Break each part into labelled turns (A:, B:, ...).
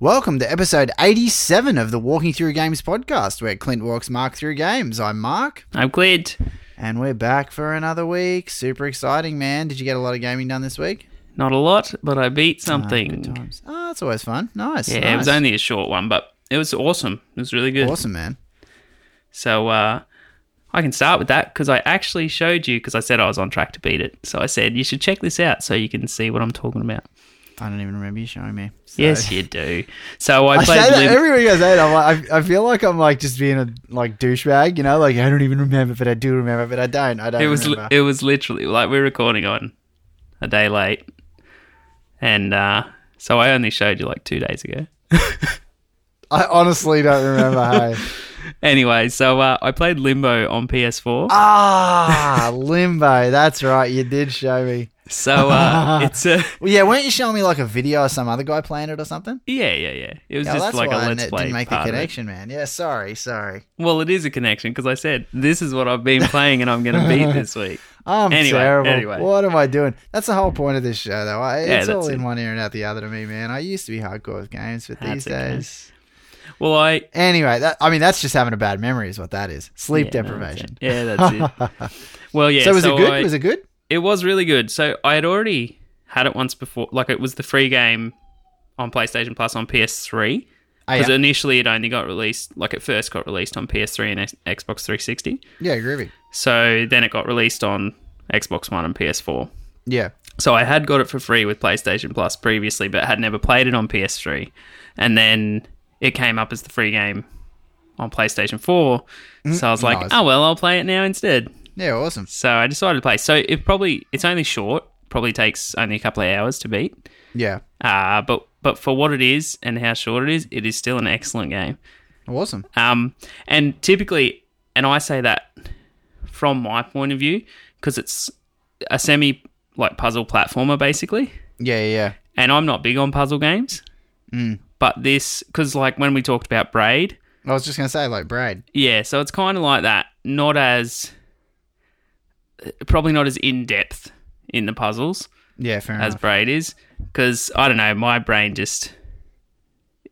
A: Welcome to episode 87 of the Walking Through Games podcast, where Clint walks Mark through games. I'm Mark,
B: I'm Clint.
A: and we're back for another week. Super exciting, man. Did you get a lot of gaming done this week?
B: Not a lot, but I
A: Ah,
B: beat
A: good
B: something.
A: times. Oh, that's always fun. Nice.
B: Mm. yeah, it
A: nice.
B: was only a short one, but it was awesome. It was really good.
A: awesome, man.
B: So uh, I can start with that because I actually showed you because I said I was on track to beat it. So I said you should check this out so you can see what I'm talking about.
A: I don't even remember you showing me. So-
B: Yes, you do. So I
A: I say
B: played.
A: that
B: Lim-
A: every week I say it. I'm like, I, I feel like I'm like just being a like douchebag, you know? Like I don't even remember, but I do remember, but I don't. I don't.
B: it was li-
A: remember.
B: it was literally like we're recording on a day late, and uh, so I only showed you like two days ago.
A: I honestly don't remember. hey.
B: Anyway, so uh, I played Limbo on PS4.
A: Ah, limbo. That's right. You did show me.
B: So uh, it's a
A: Well, yeah, weren't you showing me like a video of some other guy playing it or something?
B: Yeah, yeah, yeah. It was
A: Yeah,
B: just
A: Oh, that's
B: like a
A: why
B: let's
A: it
B: play.
A: didn't make the
B: part of it.
A: connection, man. Yeah, sorry, sorry.
B: Well, it is a connection because I said this is what I've been playing and I'm going to beat this week.
A: I'm
B: Anyway,
A: terrible.
B: anyway.
A: What am I doing? That's the whole point of this show, though. I,
B: Yeah,
A: it's all
B: that's
A: in
B: it.
A: one ear and out the other to me, man. I used to be hardcore with games, but
B: That's
A: these
B: okay.
A: days,
B: Well, I
A: anyway, that I mean, that's just having a bad memory, is what that is. Sleep
B: yeah, no,
A: deprivation.
B: that's it. Yeah, that's it. well, yeah.
A: so was it good?
B: I-
A: was it good?
B: it was really good. So I had already had it once before. Like it was the free game on PlayStation Plus on PS3
A: Oh,
B: because
A: yeah.
B: initially it only got released. Like it first got released on PS3 and X- Xbox 360.
A: Yeah, groovy.
B: So then it got released on Xbox One and PS4.
A: Yeah,
B: So I had got it for free with PlayStation Plus previously, but had never played it on PS3. And then it came up as the free game on PlayStation 4. So I was like,
A: nice.
B: oh, well, I'll play it now instead.
A: yeah, awesome.
B: So I decided to play. So it probably, it's only short, probably takes only a couple of hours to beat.
A: Yeah,
B: Uh, but, but for what it is and how short it is, it is still an excellent game.
A: awesome.
B: Um, and typically, and I say that from my point of view, because it's a semi like puzzle platformer basically
A: Yeah, yeah, yeah.
B: and I'm not big on puzzle games. But this, because like when we talked about Braid,
A: I was just gonna say, like, Brad.
B: yeah, so it's kind of like that. Not as, probably not as in depth in the puzzles
A: Yeah, fair
B: as
A: enough.
B: Braid is, because I don't know, my brain just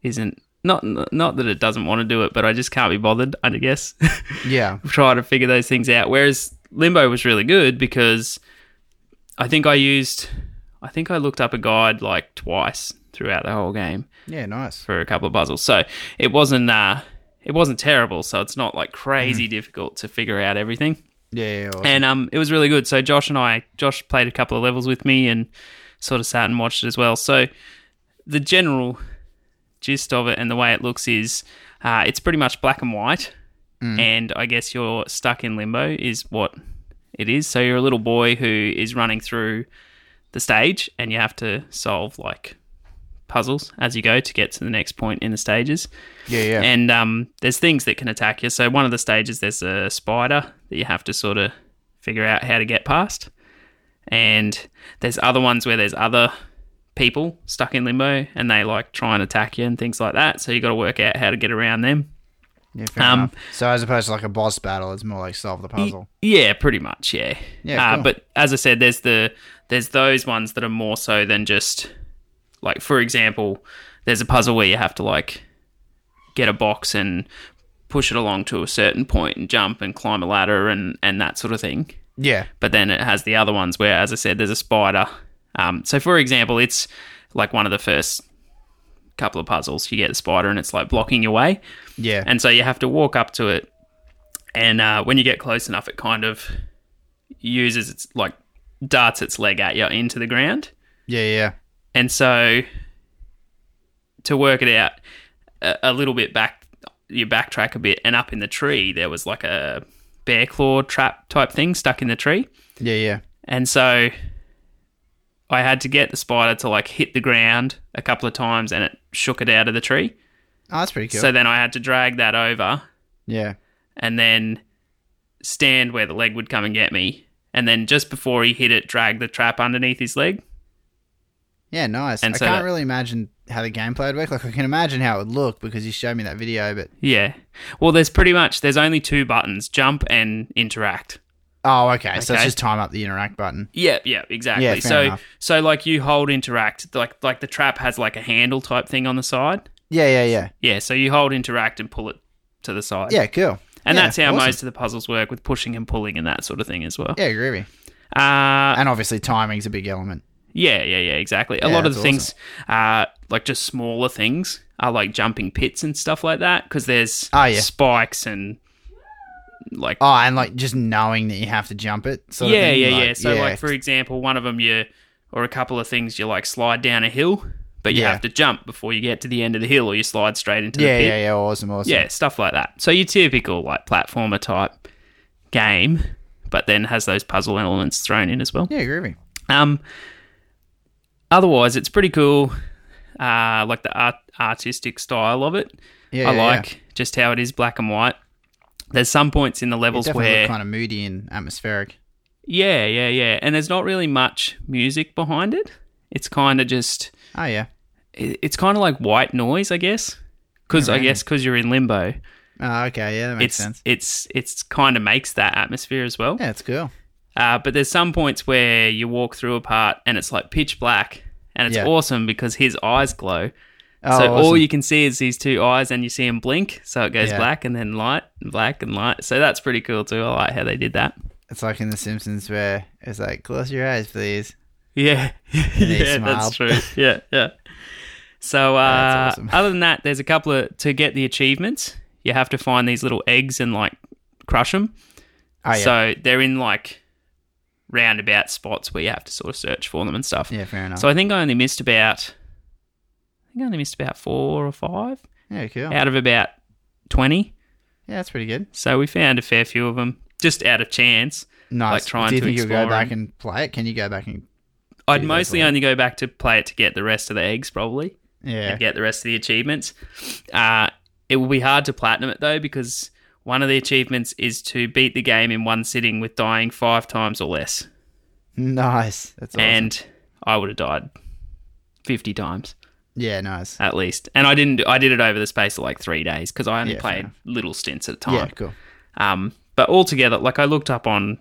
B: isn't. Not not that it doesn't want to do it, but I just can't be bothered. I guess
A: Yeah,
B: try to figure those things out. Whereas Limbo was really good because I think I used, I think I looked up a guide like twice throughout the whole game,
A: yeah, nice.
B: for a couple of puzzles. So it wasn't uh, it wasn't terrible. So it's not like crazy difficult to figure out everything.
A: Yeah, yeah, awesome.
B: And um, it was really good. So Josh and I, Josh played a couple of levels with me and sort of sat and watched it as well. So the general gist of it and the way it looks is uh, it's pretty much black and white. And I guess you're stuck in limbo is what it is. So you're a little boy who is running through the stage and you have to solve like puzzles as you go to get to the next point in the stages.
A: yeah, yeah.
B: And um, there's things that can attack you. So one of the stages, there's a spider that you have to sort of figure out how to get past. And there's other ones where there's other people stuck in limbo and they like try and attack you and things like that. So you got to work out how to get around them.
A: Yeah, fair
B: Um,
A: enough. So as opposed to like a boss battle, it's more like solve the puzzle.
B: Yeah, pretty much. Yeah.
A: Yeah,
B: Uh,
A: cool.
B: But as I said, there's the there's those ones that are more so than just like, for example, there's a puzzle where you have to like get a box and push it along to a certain point and jump and climb a ladder and and that sort of thing.
A: Yeah,
B: But then it has the other ones where, as I said, there's a spider. Um, so for example, it's like one of the first couple of puzzles. You get the spider and it's like blocking your way.
A: yeah,
B: And so you have to walk up to it. And uh, when you get close enough, it kind of uses its, like, darts its leg at you into the ground.
A: yeah, yeah.
B: And so to work it out a, a little bit back, you backtrack a bit. And up in the tree, there was like a bear claw trap type thing stuck in the tree.
A: Yeah, yeah.
B: And so I had to get the spider to, like, hit the ground a couple of times and it shook it out of the tree.
A: Oh, that's pretty cool.
B: So then I had to drag that over
A: yeah.
B: and then stand where the leg would come and get me. And then just before he hit it, drag the trap underneath his leg.
A: Yeah, nice.
B: And
A: I
B: so
A: can't
B: that-
A: really imagine how the gameplay would work. Like I can imagine how it would look because you showed me that video, but
B: Yeah. Well, there's pretty much there's only two buttons: jump and interact.
A: Oh, okay. So it's
B: Okay.
A: just time up the interact button.
B: Yeah, yeah, exactly.
A: Yeah, fair
B: so
A: enough.
B: so like you hold interact, like like the trap has like a handle type thing on the side.
A: Yeah, yeah, yeah.
B: Yeah, so you hold interact and pull it to the side.
A: Yeah, cool.
B: And
A: Yeah,
B: that's how
A: awesome.
B: most of the puzzles work with pushing and pulling and that sort of thing as well.
A: Yeah, groovy.
B: Uh,
A: And obviously, timing's a big element.
B: yeah, yeah, yeah, exactly. A
A: Yeah,
B: lot of the
A: that's
B: things, uh, like just smaller things, are like jumping pits and stuff like that because there's
A: Oh, yeah.
B: spikes and like
A: Oh, and like just knowing that you have to jump it. Sort
B: yeah,
A: of thing.
B: yeah,
A: like,
B: yeah. So, like for example, one of them you or a couple of things you like slide down a hill, but you
A: Yeah.
B: have to jump before you get to the end of the hill, or you slide straight into
A: yeah,
B: the pit.
A: yeah, yeah. Awesome, awesome.
B: yeah, stuff like that. So your typical like platformer type game, but then has those puzzle elements thrown in as well.
A: yeah, groovy.
B: Um, otherwise, it's pretty cool. Uh, like the art- artistic style of it,
A: Yeah,
B: I
A: yeah,
B: like just how it is black and white. There's some points in the
A: Yeah. It
B: levels
A: definitely
B: where
A: kind of moody and atmospheric.
B: yeah, yeah, yeah. And there's not really much music behind it. It's kind of just,
A: Oh yeah.
B: it- it's kind of like white noise, I guess. Because I guess because you're in limbo,
A: Oh, okay. Yeah, that makes
B: it's
A: sense.
B: it's it's kind of makes that atmosphere as well.
A: Yeah, it's cool.
B: Uh, but there's some points where you walk through a part and it's like pitch black, and it's
A: Yeah.
B: awesome because his eyes glow.
A: Oh,
B: so all
A: awesome.
B: you can see is these two eyes, and you see him blink, so it goes
A: Yeah.
B: black and then light, and black and light. So that's pretty cool too. I like how they did that.
A: It's like in The Simpsons where it's like, close your eyes, please.
B: Yeah,
A: he
B: yeah,
A: smiled.
B: that's true. Yeah, yeah. So, uh,
A: That's awesome.
B: other than that, there's a couple of to get the achievements. You have to find these little eggs and like crush them.
A: Oh yeah.
B: So they're in like roundabout spots where you have to sort of search for them and stuff.
A: yeah, fair enough.
B: So I think I only missed about, I think I only missed about four or five
A: yeah, cool. Yeah.
B: out of about twenty.
A: that's pretty good.
B: So we found a fair few of them just out of chance.
A: Nice.
B: trying
A: Do you
B: to
A: think you'll
B: explore
A: go back
B: and-
A: and play it? Can you go back and
B: I'd
A: Gee, that's
B: mostly
A: a lot.
B: only go back to play it to get the rest of the eggs, probably.
A: yeah?
B: and get the rest of the achievements. Uh, it will be hard to platinum it though because one of the achievements is to beat the game in one sitting with dying five times or less,
A: Nice. That's awesome.
B: and I would have died fifty times
A: yeah, nice.
B: at least. And I didn't. I did it over the space of like three days because I only
A: Yeah, fair
B: played
A: enough.
B: little stints at a
A: Yeah,
B: time.
A: cool.
B: Um, but altogether, like I looked up on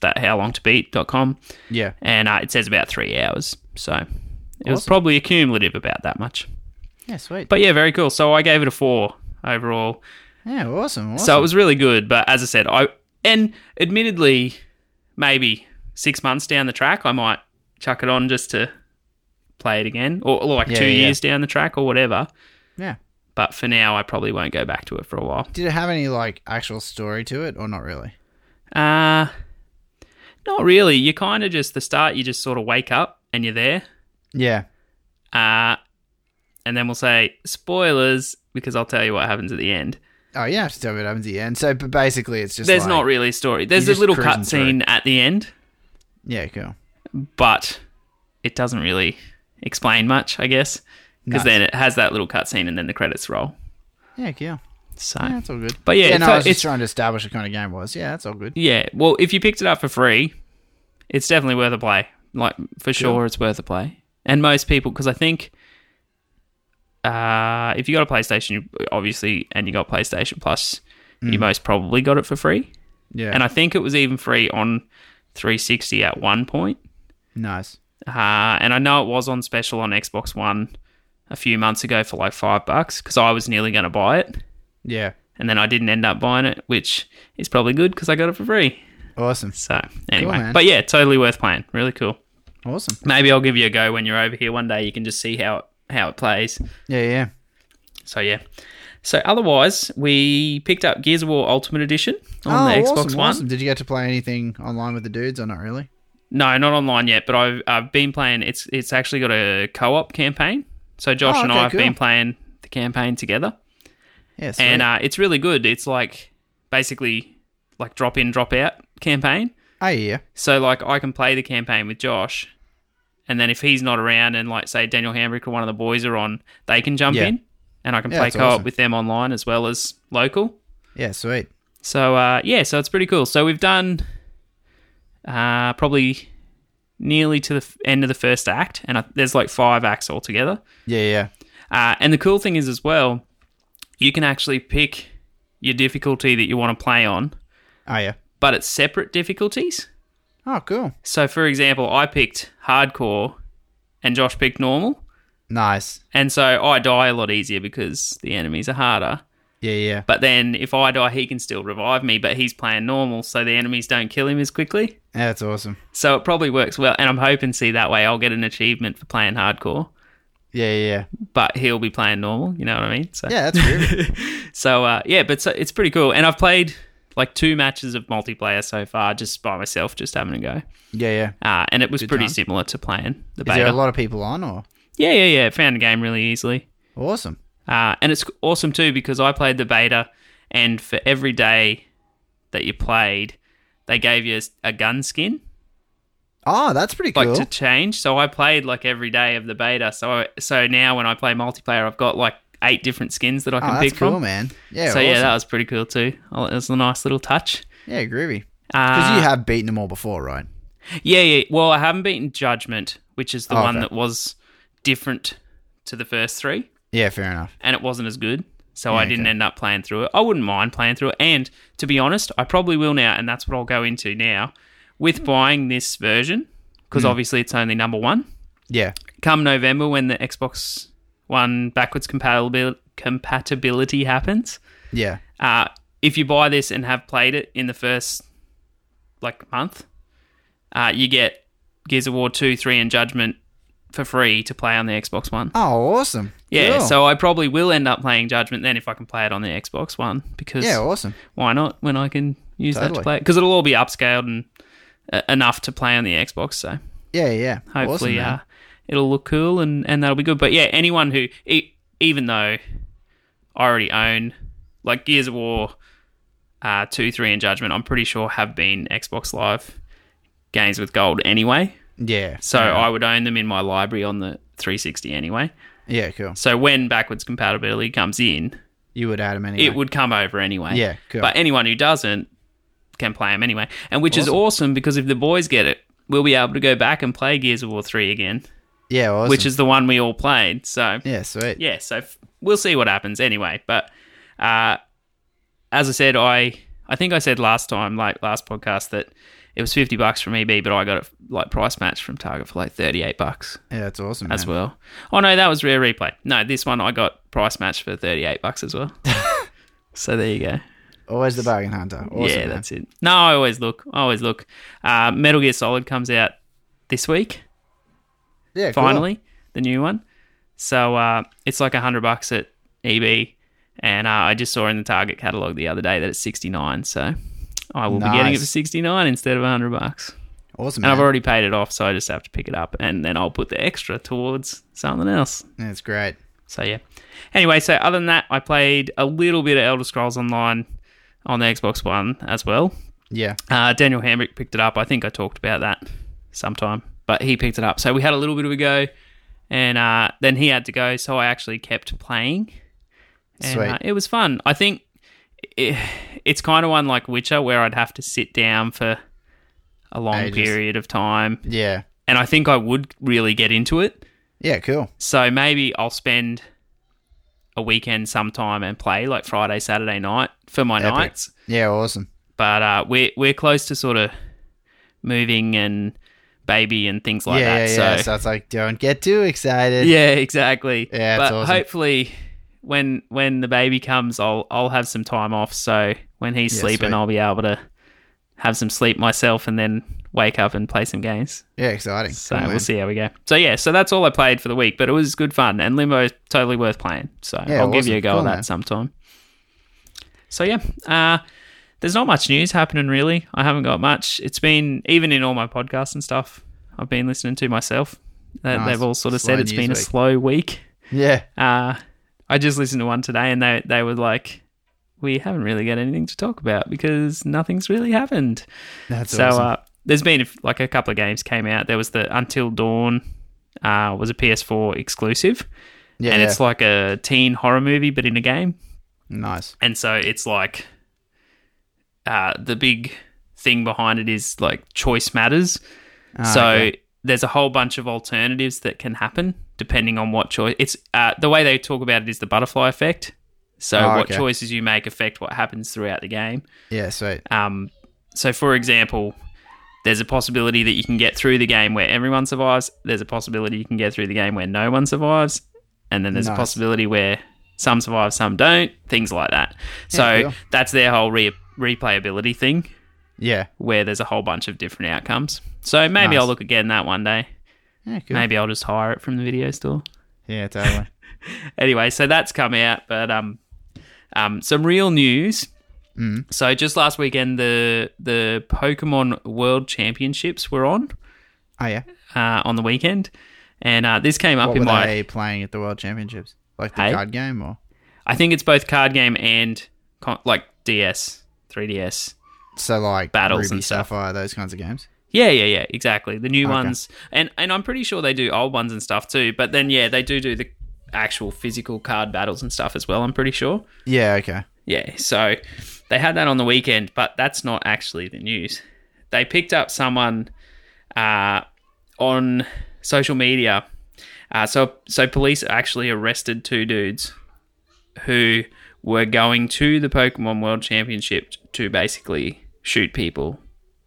B: that howlongtobeat.com
A: Yeah.
B: and uh, it says about three hours. So it was probably accumulative about that much.
A: Yeah, sweet.
B: But yeah, very cool. So I gave it a four overall.
A: yeah, awesome. awesome.
B: So it was really good. But as I said, I and admittedly, maybe six months down the track, I might chuck it on just to play it again, or, or like
A: Yeah,
B: two
A: yeah, yeah.
B: years down the track or whatever.
A: yeah.
B: But for now, I probably won't go back to it for a while.
A: Did it have any like actual story to it or not really?
B: Uh not really. You kind of just the start. You just sort of wake up and you're there.
A: Yeah.
B: Uh, and then we'll say spoilers because I'll tell you what happens at the end.
A: Oh, you don't have to tell me what happens at the end. So, but basically, it's just
B: There's
A: like-
B: not really a story. There's a
A: just
B: little
A: cruising
B: cutscene at the end,
A: Yeah, cool.
B: but it doesn't really explain much, I guess, because
A: Nice.
B: then it has that little cutscene and then the credits roll.
A: Yeah, cool.
B: So
A: Yeah,
B: yeah,
A: that's all good.
B: But yeah,
A: yeah,
B: it's
A: no,
B: like-
A: I was
B: it's-
A: just trying to establish what kind of game it was. Yeah, that's all good.
B: well, if you picked it up for free, it's definitely worth a play. Like for sure, it's worth a play. And most people, because I think. Uh, if you got a PlayStation, you- obviously, and you got PlayStation Plus, you most probably got it for free.
A: Yeah,
B: And I think it was even free on 360 at one point.
A: nice.
B: Uh, and I know it was on special on Xbox One a few months ago for like five bucks because I was nearly going to buy it.
A: Yeah,
B: And then I didn't end up buying it, which is probably good because I got it for free.
A: awesome,
B: So, anyway.
A: man.
B: but yeah, totally worth playing. Really cool.
A: awesome.
B: Maybe I'll give you a go when you're over here one day. You can just see how it, how it plays.
A: Yeah, yeah,
B: So, yeah. So, otherwise, we picked up Gears of War Ultimate Edition on the Xbox
A: Oh, awesome,
B: One.
A: awesome. Did you get to play anything online with the dudes or not really?
B: No, not online yet, but I've I've been playing. It's it's actually got a co-op campaign. So Josh
A: Oh,
B: and I
A: okay,
B: have been
A: cool.
B: playing the campaign together,
A: Yeah, sweet.
B: and uh, it's really good. It's like basically like drop in, drop out campaign.
A: oh yeah,
B: So like I can play the campaign with Josh, and then if he's not around, and like say Daniel Hambrick or one of the boys are on, they can jump
A: Yeah.
B: in, and I can
A: Yeah,
B: play
A: that's
B: co-op
A: awesome.
B: with them online as well as local.
A: yeah, sweet.
B: So uh, yeah, so it's pretty cool. So we've done uh, probably nearly to the f- end of the first act, and I, there's like five acts altogether.
A: Yeah, yeah,
B: Uh, and the cool thing is as well, you can actually pick your difficulty that you want to play on,
A: oh yeah.
B: but it's separate difficulties.
A: Oh, cool.
B: So for example, I picked hardcore, and Josh picked normal.
A: Nice.
B: And so I die a lot easier because the enemies are harder.
A: Yeah, yeah.
B: But then if I die, he can still revive me, but he's playing normal, so the enemies don't kill him as quickly.
A: Yeah, that's awesome.
B: So it probably works well. And I'm hoping, see, that way I'll get an achievement for playing hardcore,
A: Yeah, yeah, yeah.
B: but he'll be playing normal. You know what I mean? So,
A: Yeah, that's weird.
B: So, uh, yeah, but so, it's pretty cool. And I've played like two matches of multiplayer so far just by myself, just having a go.
A: yeah, yeah.
B: Uh, and it was pretty
A: time.
B: similar to playing the
A: Is there
B: beta.
A: a lot of people on or?
B: yeah, yeah, yeah. Found the game really easily.
A: Awesome.
B: Uh, and it's awesome too because I played the beta, and for every day that you played, they gave you a gun skin
A: Oh, that's pretty
B: like
A: cool.
B: to change. So I played like every day of the beta. So I, so now when I play multiplayer, I've got like eight different skins that I
A: oh,
B: can
A: that's
B: pick
A: cool,
B: from.
A: man. Yeah,
B: so
A: awesome.
B: yeah, that was pretty cool too. Oh, It was a nice little touch.
A: yeah, groovy. Because
B: Uh,
A: you have beaten them all before, right?
B: yeah, yeah. Well, I haven't beaten Judgment, which is the
A: Oh,
B: one
A: okay.
B: that was different to the first three.
A: Yeah, fair enough.
B: and it wasn't as good. So
A: Yeah,
B: I didn't
A: okay.
B: end up playing through it. I wouldn't mind playing through it. And to be honest, I probably will now. And that's what I'll go into now with buying this version
A: Hmm.
B: because obviously it's only number one.
A: Yeah.
B: Come November, when the Xbox One backwards compatibility, compatibility happens,
A: Yeah.
B: uh, if you buy this and have played it in the first like month, uh, you get Gears of War 2, 3, and Judgment for free to play on the Xbox One.
A: Oh, awesome.
B: Yeah,
A: Cool.
B: so I probably will end up playing Judgment then if I can play it on the Xbox One because
A: Yeah, awesome.
B: why not when I can use that to
A: Totally.
B: play it because it'll all be upscaled and uh, enough to play on the Xbox. So
A: Yeah, yeah.
B: hopefully,
A: awesome, man.
B: uh, it'll look cool and and that'll be good. But yeah, anyone who e- even though I already own like Gears of War uh, two, three, and Judgment, I'm pretty sure have been Xbox Live games with gold anyway.
A: Yeah.
B: So I would own them in my library on the 360 anyway.
A: Yeah, cool.
B: So when backwards compatibility comes in,
A: You would add them anyway.
B: it would come over anyway.
A: Yeah, cool.
B: But anyone who doesn't can play them anyway, and which is awesome because if the boys get it, we'll be able to go back and play Gears of War three again,
A: Yeah, awesome.
B: which is the one we all played. So yeah,
A: yeah, sweet.
B: so f- we'll see what happens anyway. But uh, as I said, I I think I said last time, like last podcast, that it was fifty bucks from EB, but I got it like price match from Target for like thirty eight bucks
A: Yeah, that's awesome.
B: as
A: man.
B: well. Oh no, that was Rare Replay. No, this one I got price match for thirty eight bucks as well. so there you go.
A: Always the bargain hunter. Awesome,
B: yeah,
A: man.
B: that's it. No, I always look. I always look. Uh, Metal Gear Solid comes out this week.
A: yeah, cool.
B: Finally, the new one. So uh, it's like hundred bucks at EB, and uh, I just saw in the Target catalog the other day that it's sixty nine. So I will be getting it
A: Nice.
B: for sixty nine instead of hundred bucks.
A: Awesome,
B: And
A: man.
B: I've already paid it off, so I just have to pick it up, and then I'll put the extra towards something else.
A: That's great.
B: So yeah. Anyway, so other than that, I played a little bit of Elder Scrolls Online on the Xbox One as well.
A: Yeah.
B: Uh, Daniel Hamrick picked it up. I think I talked about that sometime, but he picked it up. So we had a little bit of a go, and uh, then he had to go. So I actually kept playing, and
A: Sweet.
B: uh, it was fun. I think it, it's kind of one like Witcher, where I'd have to sit down for a long
A: Ages.
B: period of time,
A: Yeah.
B: and I think I would really get into it.
A: Yeah, cool.
B: So maybe I'll spend a weekend sometime and play like Friday, Saturday night for my
A: Epic.
B: nights.
A: Yeah, awesome.
B: But uh, we're we're close to sort of moving and baby and things like
A: yeah,
B: that.
A: yeah, yeah.
B: so,
A: So it's like, don't get too excited.
B: yeah, exactly.
A: Yeah,
B: but
A: that's awesome.
B: hopefully when when the baby comes, I'll I'll have some time off. So when he's
A: Yeah,
B: sleeping,
A: sweet.
B: I'll be able to have some sleep myself and then wake up and play some games.
A: Yeah, exciting.
B: So
A: Cool, man.
B: we'll see how we go. So yeah, so that's all I played for the week, but it was good fun, and Limbo is totally worth playing. So
A: Yeah,
B: I'll give you a
A: awesome.
B: go
A: Cool,
B: at that
A: man.
B: sometime. So yeah, uh, there's not much news happening really. I haven't got much. It's been even in all my podcasts and stuff. I've been listening to myself. They-
A: Nice.
B: They've all sort of
A: Slow
B: said it's
A: news
B: been a
A: week.
B: slow week.
A: Yeah.
B: Uh, I just listened to one today, and they they were like, "We haven't really got anything to talk about because nothing's really happened."
A: That's
B: so
A: awesome.
B: uh, there's been like a couple of games came out. There was the Until Dawn uh, was a PS4 exclusive,
A: yeah,
B: and
A: yeah.
B: it's like a teen horror movie but in a game.
A: nice.
B: And so it's like uh, the big thing behind it is like choice matters.
A: Ah,
B: so
A: okay.
B: there's a whole bunch of alternatives that can happen depending on what choice. It's uh, the way they talk about it is the butterfly effect. So
A: Oh,
B: what
A: okay.
B: choices you make affect what happens throughout the game.
A: yeah, sweet.
B: Um, so, for example, There's a possibility that you can get through the game where everyone survives. There's a possibility you can get through the game where no one survives. And then there's a
A: Nice.
B: possibility where some survive, some don't, things like that. so
A: cool.
B: that's their whole re- replayability thing
A: Yeah.
B: where there's a whole bunch of different outcomes. So maybe
A: Nice.
B: I'll look again that one day.
A: Yeah, cool.
B: Maybe I'll just hire it from the video store.
A: Yeah, totally.
B: anyway, so that's come out, but um, um, some real news.
A: Hmm.
B: Mm. So just last weekend, the the Pokemon World Championships were on
A: oh yeah.
B: uh, on the weekend, and uh, this came up
A: What
B: in
A: were
B: my.
A: they playing at the World Championships? Like the
B: Hey?
A: card game or?
B: I think it's both card game and con- like DS, 3DS.
A: So like
B: Battles
A: Ruby
B: and stuff.
A: Sapphire, those kinds of games.
B: Yeah, yeah, yeah, exactly. The new
A: Okay.
B: ones, and and I'm pretty sure they do old ones and stuff too. But then yeah, they do do the actual physical card battles and stuff as well. I'm pretty sure.
A: Yeah. Okay.
B: Yeah, so they had that on the weekend, but that's not actually the news. They picked up someone uh, on social media. Uh, so, so police actually arrested two dudes who were going to the Pokemon World Championship to basically shoot people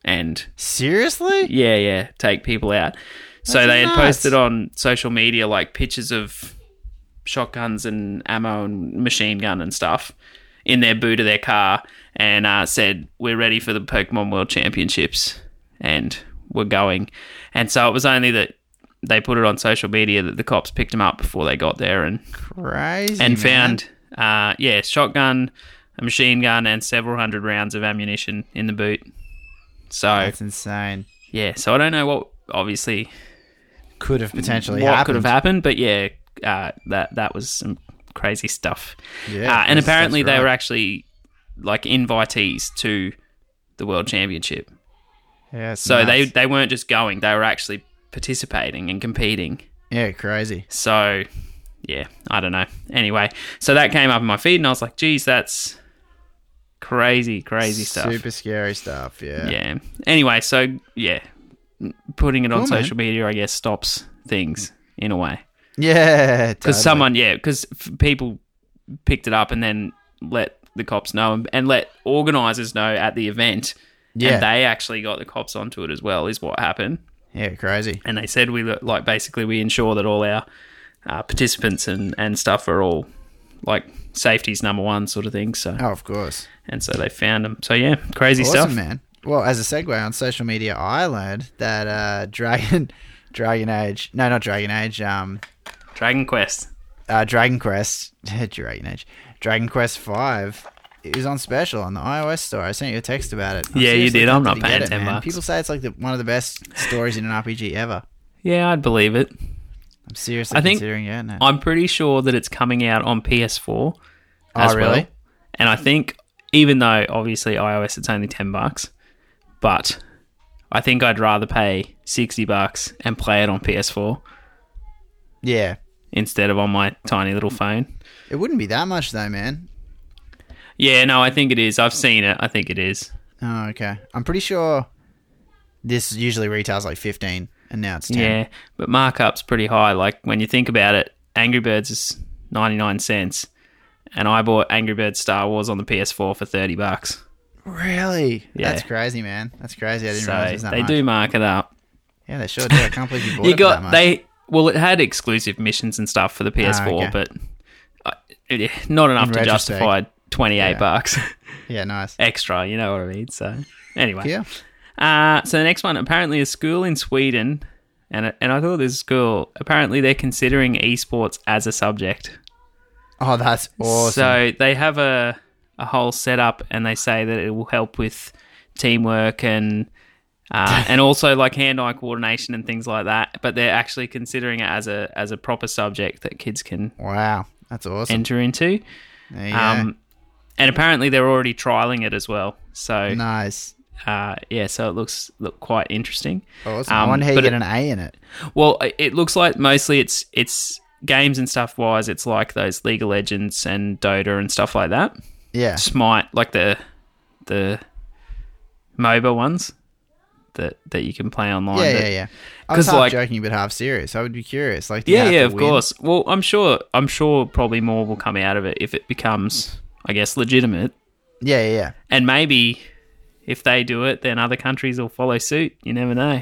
B: and
A: Seriously?
B: yeah, yeah, take people out. So
A: That's
B: they had
A: nuts.
B: posted on social media like pictures of shotguns and ammo and machine gun and stuff in their boot of their car and uh, said, We're ready for the Pokemon World Championships and we're going. And so it was only that they put it on social media that the cops picked them up before they got there and
A: Crazy. man.
B: and found uh, yeah shotgun a machine gun and several hundred rounds of ammunition in the boot so
A: That's insane.
B: yeah, so I don't know what obviously
A: Could have potentially
B: what
A: happened.
B: could have happened, but yeah, uh, that that was some crazy stuff.
A: Yeah,
B: uh, and
A: that's-
B: apparently
A: that's
B: they
A: right.
B: were actually like invitees to the world championship,
A: Yeah. it's
B: so they
A: nuts.
B: they weren't just going; they were actually participating and competing.
A: Yeah. Crazy.
B: So yeah, I don't know. Anyway, so that came up in my feed, and I was like, "Geez, that's crazy, crazy stuff."
A: Super scary stuff. Yeah.
B: yeah. Anyway, so yeah, putting it on
A: Cool, man.
B: social media, I guess, stops things in a way
A: Yeah.
B: because someone, yeah, because f- people picked it up and then let the cops know and, and let organisers know at the event.
A: Yeah.
B: and they actually got the cops onto it as well. Is what happened,
A: Yeah. Crazy.
B: and they said we look- like basically we ensure that all our uh, participants and and stuff are all like safety's number one sort of thing. So
A: Oh, of course.
B: and so they found them. So yeah, crazy
A: awesome,
B: stuff.
A: man. Well, as a segue on social media, I learned that uh, Dragon, Dragon Age, no, not Dragon Age, um,
B: Dragon Quest.
A: uh, Dragon Quest, Dragon Age, Dragon Quest Five is on special on the iOS store. I sent you a text about it. I
B: Yeah, you
A: seriously
B: did. I'm
A: tempted to
B: not
A: get
B: paying
A: it,
B: 10
A: man.
B: bucks.
A: People say it's like the, one of the best stories in an RPG ever.
B: Yeah, I'd believe it.
A: I'm seriously
B: I think
A: considering getting it.
B: I'm pretty sure that it's coming out on PS4 as
A: oh, really?
B: well. And I think, even though obviously iOS it's only ten bucks, but I think I'd rather pay sixty bucks and play it on PS4
A: Yeah.
B: instead of on my tiny little phone.
A: It wouldn't be that much though, man.
B: Yeah, no, I think it is. I've seen it. I think it is.
A: Oh, okay. I'm pretty sure this usually retails like 15, and now it's 10.
B: Yeah, but markup's pretty high. Like when you think about it, Angry Birds is ninety nine cents, and I bought Angry Birds Star Wars on the PS4 for thirty bucks.
A: Really?
B: Yeah.
A: That's crazy, man. That's crazy. I didn't realize it was
B: So
A: that
B: they
A: much.
B: do mark it up.
A: Yeah, they sure do. I can't believe you bought
B: you
A: it for that
B: got
A: much.
B: they well it had exclusive missions and stuff for the ps4
A: okay.
B: but uh, it- not enough
A: In
B: to
A: retrospect.
B: justify 28
A: Yeah.
B: bucks
A: Yeah, nice.
B: extra you know what i mean so anyway
A: Yeah.
B: uh, so the next one apparently a school in sweden and, and i thought this school apparently they're considering esports as a subject
A: Oh, that's awesome.
B: so they have a, a whole setup and they say that it will help with teamwork and uh, and also like hand-eye coordination and things like that. But they're actually considering it as a as a proper subject that kids can
A: wow, that's awesome.
B: enter into.
A: There you go.
B: Um, and apparently they're already trialing it as well. So
A: nice.
B: uh, yeah, so it looks look quite interesting.
A: Awesome. I
B: um,
A: wonder how you
B: but
A: get
B: it-
A: an A in it.
B: Well, i- it looks like mostly it's it's games and stuff wise. It's like those League of Legends and Dota and stuff like that.
A: Yeah.
B: Smite, like the the MOBA ones that that you can play online.
A: Yeah,
B: that-
A: yeah, yeah. I was
B: 'cause,
A: half
B: like-
A: joking but half serious. I would be curious. Like, do you
B: yeah,
A: have
B: yeah,
A: to
B: Of
A: win?
B: course. Well, I'm sure. I'm sure probably more will come out of it if it becomes, I guess, legitimate.
A: Yeah, yeah, yeah.
B: And maybe if they do it, then other countries will follow suit. You never know.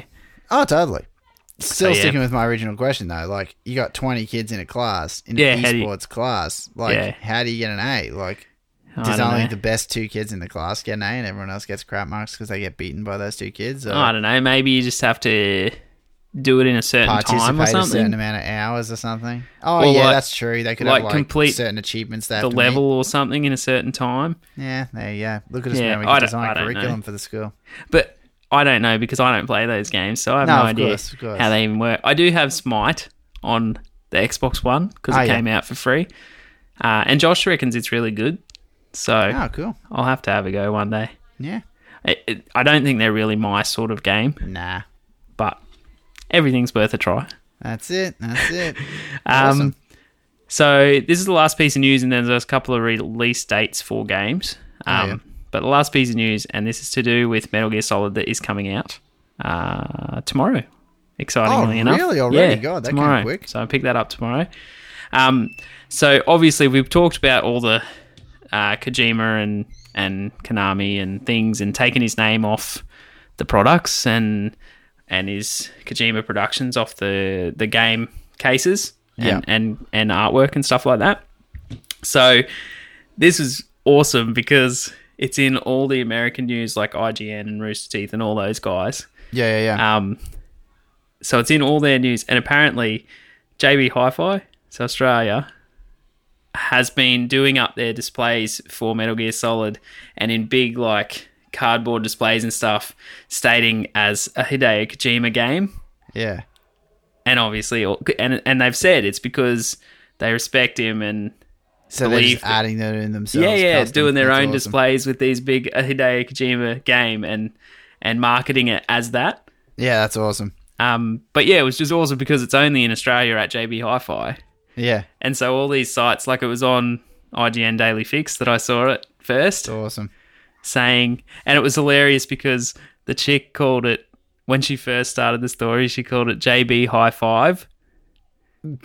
A: Oh, totally. Still
B: So, yeah.
A: sticking with my original question though. Like, you got 20 kids in a class, in
B: Yeah,
A: an
B: how do you-
A: esports class. Like,
B: Yeah.
A: how do you get an A? Like,
B: I
A: does
B: don't
A: only
B: know.
A: the best two kids in the class get an A, and everyone else gets crap marks because they get beaten by those two kids? Or
B: I don't know. Maybe you just have to do it in a certain time or
A: participate a certain
B: something,
A: amount of hours or something? Oh
B: Or,
A: yeah,
B: like-
A: that's true. They could
B: like,
A: have like
B: complete
A: certain achievements that
B: the level or something in a certain time.
A: Yeah, there you go. Look at us
B: Yeah,
A: now. We can
B: I don't- I
A: design
B: don't know.
A: curriculum for the school.
B: But I don't know because I don't play those games, so I have
A: No,
B: no,
A: of
B: idea
A: course, of course.
B: how they even work. I do have Smite on the Xbox One because
A: Oh,
B: it
A: yeah.
B: came out for free, uh, and Josh reckons it's really good. So
A: Oh, cool.
B: I'll have to have a go one day.
A: Yeah.
B: It, it, I don't think they're really my sort of game,
A: Nah.
B: but everything's worth a try.
A: That's it. That's it.
B: Um,
A: Awesome.
B: so this is the last piece of news, and then there's a couple of release dates for games. Um,
A: Oh, yeah.
B: But the last piece of news, and this is to do with Metal Gear Solid that is coming out uh, tomorrow. Excitingly
A: Oh,
B: enough,
A: really? Already?
B: Yeah,
A: God, that came
B: tomorrow.
A: quick.
B: So I picked that up tomorrow. Um, so obviously we've talked about all the uh, Kojima and and Konami and things, and taken his name off the products and and his Kojima Productions off the the game cases and
A: Yeah.
B: and, and artwork and stuff like that. So this is awesome because it's in all the American news like IGN and Rooster Teeth and all those guys.
A: Yeah, yeah, yeah.
B: Um, so it's in all their news, and apparently, JB Hi-Fi, so Australia, has been doing up their displays for Metal Gear Solid, and in big like cardboard displays and stuff, stating as a Hideo Kojima game
A: yeah.
B: and obviously, and and they've said it's because they respect him and
A: So they're
B: believe
A: just
B: that-
A: adding that in themselves.
B: yeah, yeah,
A: custom.
B: doing their
A: That's
B: own
A: awesome.
B: displays with these big uh, Hideo Kojima game and and marketing it as that.
A: Yeah, that's awesome.
B: Um, but yeah, it was just awesome because it's only in Australia at JB Hi-Fi,
A: Yeah,
B: and so all these sites, like it was on IGN Daily Fix that I saw it first,
A: it's awesome.
B: saying, and it was hilarious because the chick called it when she first started the story, she called it JB High Five. and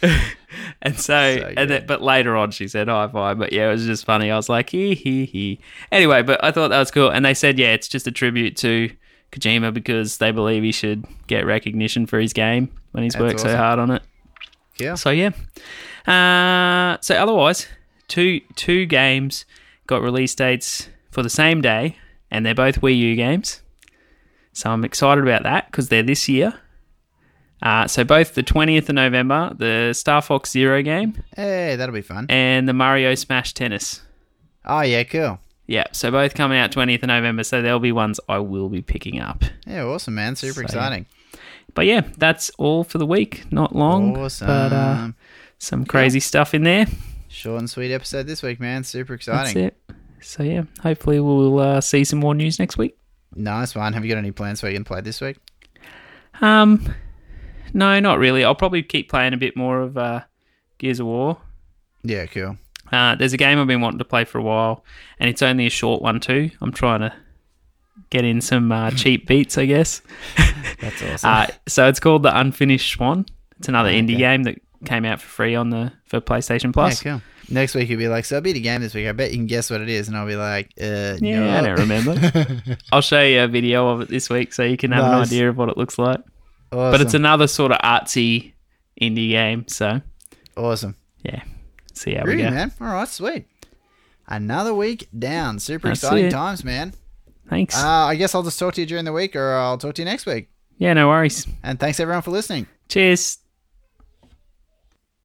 B: so,
A: So
B: and then, but later on she said high five. But yeah, it was just funny. I was like, hee hee hee. Anyway, but I thought that was cool. And they said, yeah, it's just a tribute to Kojima because they believe he should get recognition for his game when he's
A: That's
B: worked so
A: awesome.
B: hard on it.
A: Yeah.
B: So yeah. Uh, so otherwise, two two games got release dates for the same day, and they're both Wii U games. So I'm excited about that because they're this year. Uh, so both the 20th of November, the Star Fox Zero game,
A: Hey, that'll be fun.
B: and the Mario Smash Tennis.
A: Oh yeah, cool.
B: Yeah, so both coming out 20th of November. So there'll be ones I will be picking up.
A: Yeah, awesome, man. Super
B: So, yeah.
A: exciting.
B: But yeah, that's all for the week. Not long,
A: Awesome.
B: but uh, some crazy stuff in there.
A: Short and sweet episode this week, man. Super
B: That's
A: exciting.
B: it. So yeah, hopefully we'll uh, see some more news next week.
A: Nice one. Have you got any plans for you can play this week?
B: Um, no, not really. I'll probably keep playing a bit more of uh, Gears of War.
A: Yeah, cool.
B: Uh, there's a game I've been wanting to play for a while, and it's only a short one too. I'm trying to get in some uh, cheap beats, I guess.
A: That's awesome.
B: Uh, so it's called the Unfinished Swan. It's another indie
A: Okay.
B: game that came out for free on the for PlayStation
A: yeah,
B: Plus. Yeah,
A: cool. Next week you'll be like, so I beat a game this week. I bet you can guess what it is, and I'll be like, uh, no.
B: I don't remember. I'll show you a video of it this week, so you can have
A: Nice.
B: an idea of what it looks like.
A: Awesome.
B: But it's another sort of artsy indie game, so
A: awesome.
B: yeah. See how
A: Really,
B: we go.
A: man. All right, sweet. Another week down. Super
B: That's
A: exciting
B: it.
A: times, man.
B: Thanks.
A: Uh, I guess I'll just talk to you during the week, or I'll talk to you next week.
B: yeah, no worries.
A: And thanks everyone for listening.
B: Cheers.